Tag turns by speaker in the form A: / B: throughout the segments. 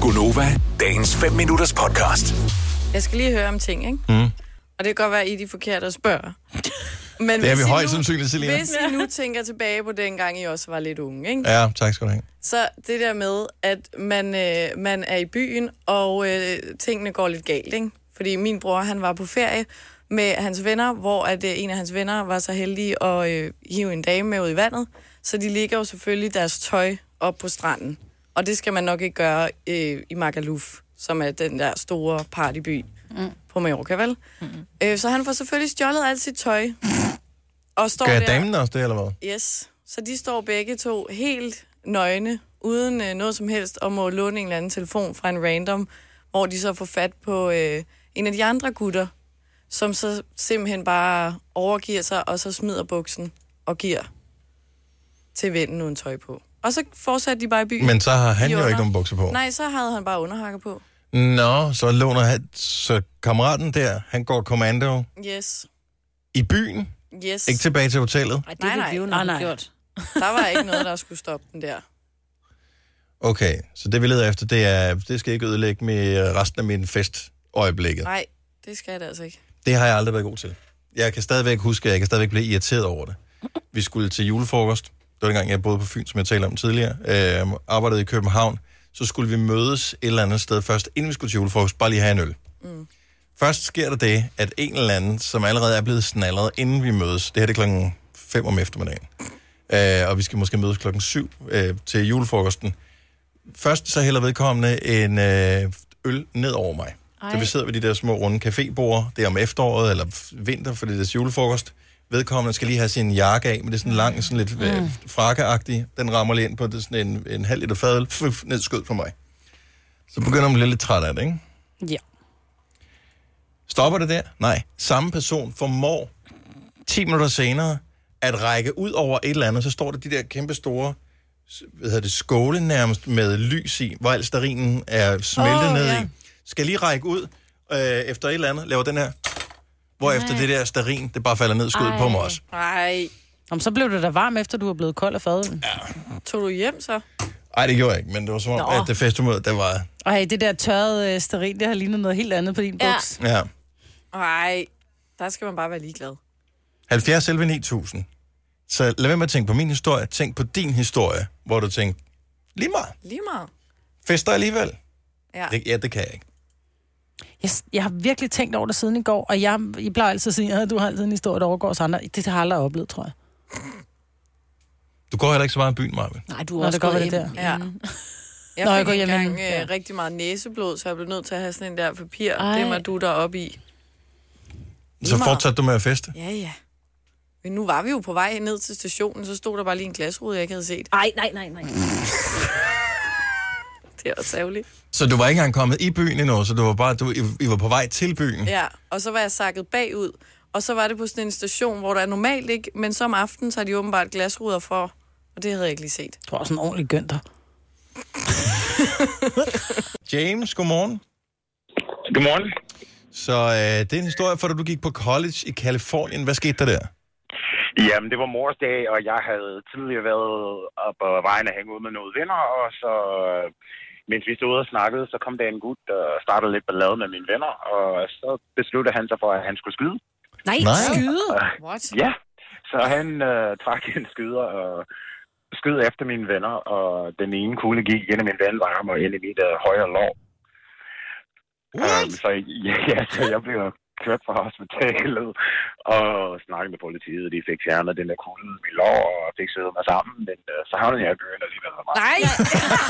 A: Gunova, dagens 5 minutters podcast.
B: Jeg skal lige høre om ting, ikke? Mm. Og det kan godt være, at I er de forkerte at spørge. Men
C: Det er
B: hvis
C: vi
B: I
C: højst
B: nu-
C: sandsynligt, Selina.
B: Hvis I nu tænker tilbage på dengang, I også var lidt unge, ikke?
C: Ja, tak skal du have.
B: så det der med, at man, øh, man er i byen, og øh, tingene går lidt galt, ikke? Fordi min bror, han var på ferie med hans venner, hvor at, øh, en af hans venner var så heldig at øh, hive en dame med ud i vandet. Så de ligger jo selvfølgelig deres tøj op på stranden. Og det skal man nok ikke gøre øh, i Magaluf, som er den der store partyby mm. på Mallorca, vel? Mm. Øh, så han får selvfølgelig stjålet alt sit tøj. Og står
C: Gør
B: der...
C: damen også det, eller hvad?
B: Yes. Så de står begge to helt nøgne, uden øh, noget som helst, og må låne en eller anden telefon fra en random, hvor de så får fat på øh, en af de andre gutter, som så simpelthen bare overgiver sig, og så smider buksen og giver til vennen uden tøj på. Og så fortsatte de bare i byen.
C: Men så har han
B: De
C: jo ikke
B: under-
C: nogen bukser på.
B: Nej, så havde han bare underhakker på.
C: Nå, så låner han, så kammeraten der, han går kommando
B: Yes.
C: i byen,
B: Yes.
C: ikke tilbage til hotellet.
D: Ej, det
B: Nej,
D: nej,
B: nej.
D: nej. vi jo
B: Nej,
D: nok
B: nej.
D: nej. gjort.
B: Der var ikke noget, der skulle stoppe den der.
C: Okay, så det vi leder efter, det er, det skal ikke ødelægge med resten af min fest øjeblikket.
B: Nej, det skal det altså ikke.
C: Det har jeg aldrig været god til. Jeg kan stadigvæk huske, at jeg kan stadigvæk blive irriteret over det. Vi skulle til julefrokost. Det var dengang, jeg boede på Fyn, som jeg talte om tidligere. Øh, arbejdede i København. Så skulle vi mødes et eller andet sted først, inden vi skulle til julefrokost. Bare lige have en øl. Mm. Først sker der det, at en eller anden, som allerede er blevet snallet, inden vi mødes. Det her det er klokken 5 om eftermiddagen. Øh, og vi skal måske mødes klokken 7 øh, til julefrokosten. Først så hælder vedkommende en øh, øl ned over mig. Ej. Så vi sidder ved de der små runde cafébord, det er om efteråret eller f- vinter, for det er deres julefrokost. Vedkommende skal lige have sin jakke af, men det er sådan lang, sådan lidt øh, frakkeagtig. Den rammer lige ind på det, er sådan en, en halv liter fadøl, fuf, ned skød på mig. Så begynder man at blive lidt træt af det, ikke?
D: Ja.
C: Stopper det der? Nej. Samme person formår 10 minutter senere at række ud over et eller andet, så står der de der kæmpe store s- hvad hedder det, skåle nærmest med lys i, hvor al starinen er smeltet
B: Åh,
C: oh, ned
B: ja.
C: i. Skal lige række ud øh, efter et eller andet, laver den her, hvor efter det der starin, det bare falder ned skud på
D: Ej.
C: mig også.
B: Nej.
D: Om så blev det da varm, efter du var blevet kold af fadøl. Ja.
B: Tog du hjem så?
C: Nej, det gjorde jeg ikke, men det var som om,
D: Nå.
C: at det festemøde, det var...
D: Ej, det der tørrede øh, sterin, det har lignet noget helt andet på din
B: Ja.
D: buks.
C: Ja.
B: Nej. Der skal man bare være ligeglad.
C: 70 selv 9000. Så lad være med at tænke på min historie, tænk på din historie, hvor du tænker, lige meget,
B: Lige meget.
C: fester alligevel.
B: Ja.
C: Det, ja, det kan jeg ikke.
D: Jeg, jeg, har virkelig tænkt over det siden i går, og jeg, I plejer altid at sige, at du har altid en historie, der overgår os andre. Det har jeg aldrig oplevet, tror jeg.
C: Du går heller ikke så meget i byen, Marve.
E: Nej, du
D: Nå,
E: har også
D: det kan
E: gået
D: godt være,
E: ind.
D: det
B: Ja. Jeg
D: Mm. Nå, jeg
B: fik
D: går
B: jeg
D: hjem
B: engang
D: igen. Ja.
B: øh, rigtig meget næseblod, så jeg blev nødt til at have sådan en der papir,
E: Ej.
B: det man du der op i.
C: Så
B: meget.
C: fortsatte du med at feste.
B: Ja, ja. Men nu var vi jo på vej ned til stationen, så stod der bare lige en glasrude, jeg ikke havde set.
E: Ej, nej, nej, nej.
B: Det er også ærgerligt.
C: Så du var ikke engang kommet i byen endnu, så du var bare, du, I, I var på vej til byen.
B: Ja, og så var jeg sakket bagud, og så var det på sådan en station, hvor der er normalt ikke, men så om aftenen tager de åbenbart glasruder for, og det havde jeg ikke lige set.
D: Du har sådan en ordentlig gønter.
C: James, godmorgen.
F: Godmorgen.
C: Så øh, det er en historie for, da du gik på college i Kalifornien. Hvad skete der der?
F: Jamen, det var mors dag, og jeg havde tidligere været op på vejen og hænge ud med nogle venner, og så øh, mens vi stod og snakkede, så kom der en gut og startede lidt ballade med mine venner, og så besluttede han sig for, at han skulle skyde.
E: Nej,
C: Nej.
E: skyde.
B: What?
F: Ja, så han øh, trak en skyder og skød efter mine venner, og den ene kugle gik gennem min vandvarme og ind i mit øh, højre lår. Um, så, ja, ja, så jeg blev kørt fra hospitalet og snakket med politiet, og de fik fjernet den der kugle i lår og fik siddet mig sammen, men øh, så havnede jeg i byen alligevel.
E: Nej.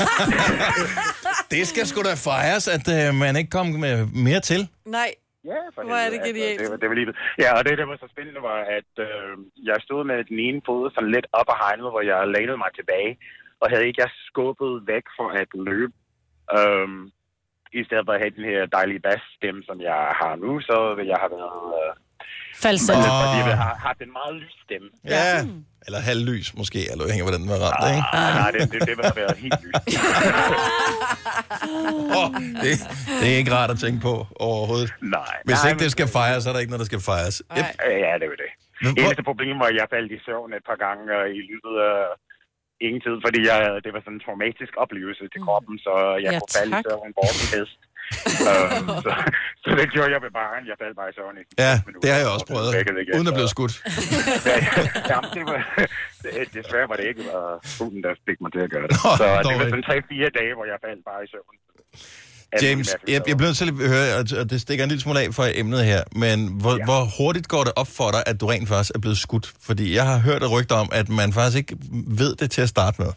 C: Det skal sgu da fejres, at øh, man ikke kom med mere til.
B: Nej,
F: Ja, for
B: Hvor er det
F: helvede, altså,
B: genialt.
F: Det, var- det var livet. Ja, og det, der var så spændende, var, at øh, jeg stod med den ene fod sådan lidt op ad hegnet, hvor jeg lænede mig tilbage, og havde ikke jeg skubbet væk for at løbe, øh, i stedet for at have den her dejlige bassstemme, som jeg har nu, så vil jeg have været... Øh,
D: Falset.
C: Åh.
F: fordi jeg har haft en meget lys stemme.
C: Ja. ja. Eller halvlys måske, eller hænger hvordan den var ramt, ikke?
F: Ah, nej, det, det, det vil have været helt lyst.
C: Oh, det, det er ikke rart at tænke på overhovedet.
F: Nej.
C: Hvis
F: nej,
C: ikke det skal fejres, så er der ikke noget, der skal fejres. Yep.
B: Nej.
F: Ja, det var det.
C: Men hvor-
F: Eneste problem var, at jeg faldt i søvn et par gange øh, i løbet af ingen tid, fordi jeg, det var sådan en traumatisk oplevelse
C: Mm.
F: til kroppen, så jeg
D: Ja,
F: ja, kunne falde i
D: tak.
F: søvn bort en hest. øhm, så, så, det gjorde jeg ved barn. Jeg faldt bare i søvn i
C: Ja,
F: 10 minutter,
C: det har jeg
F: og
C: også
F: så
C: prøvet,
F: vækkede igen,
C: uden at
F: så-
C: blive skudt.
F: Ja, jamen, det var, det- desværre var det ikke var hunden, der fik mig til at gøre det.
C: Nå,
F: så det
C: dog
F: var
C: ikke.
F: sådan 3-4 dage, hvor jeg faldt bare i søvn. Alt
C: James,
F: muligt mærkeligt,
C: jeg, jeg
F: der var.
C: bliver nødt til at høre, og- og det stikker en lille smule af fra emnet her, men hvor, ja. hvor hurtigt går det op for dig, at du rent faktisk er blevet skudt? Fordi jeg har hørt et rygte om, at man faktisk ikke ved det til at starte med.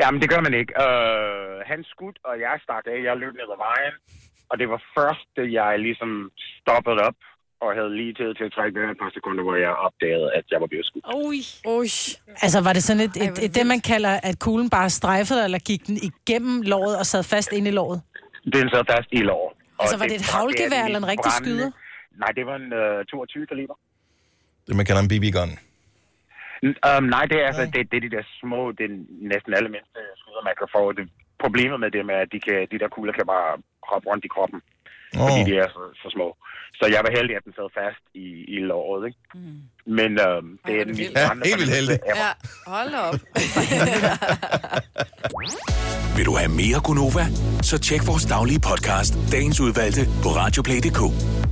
F: Jamen, det gør man ikke. Øh, han skudt, og jeg stak af. Jeg løb ned ad vejen. Og det var først, da jeg ligesom stoppede op og havde lige tid til at trække vejret et par sekunder, hvor jeg opdagede, at jeg var blevet skudt.
E: Ui.
B: Oj.
D: Altså, var det sådan et,
E: Ej, hvor er
D: et,
E: det
D: et det, man kalder, at kuglen bare strejfede dig, eller gik den igennem låret og sad fast ind i låret?
F: Den sad fast i lår. Og
D: Altså, var det et
F: bragte
D: haglgevær
F: af den
D: eller en
F: mest
D: rigtig
F: brændende-
D: skyder?
F: Nej, det var en øh, 22 kaliber.
C: Det, man kalder en BB-gun.
F: Um, nej, det er, altså, det, det er de der små, det er næsten alle mindste skyder, man kan få. Det, problemet med dem er, at de, kan, de der kugler kan bare hoppe rundt i kroppen, oh. fordi
C: Oh.
F: de er så, så små. Så jeg var heldig, at den sad fast i, i låret, ikke? Mm. Men øhm, det er den
B: vildt.
F: mest
C: Ja,
F: brændende
C: helt vildt
F: fornemmelse
C: heldig.
F: ever.
B: Ja, hold op.
A: Vil du have mere Gunova? Så tjek vores daglige podcast, dagens udvalgte, på radioplay.dk.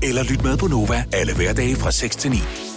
A: Eller lyt med på Nova alle hverdage fra 6 til 9.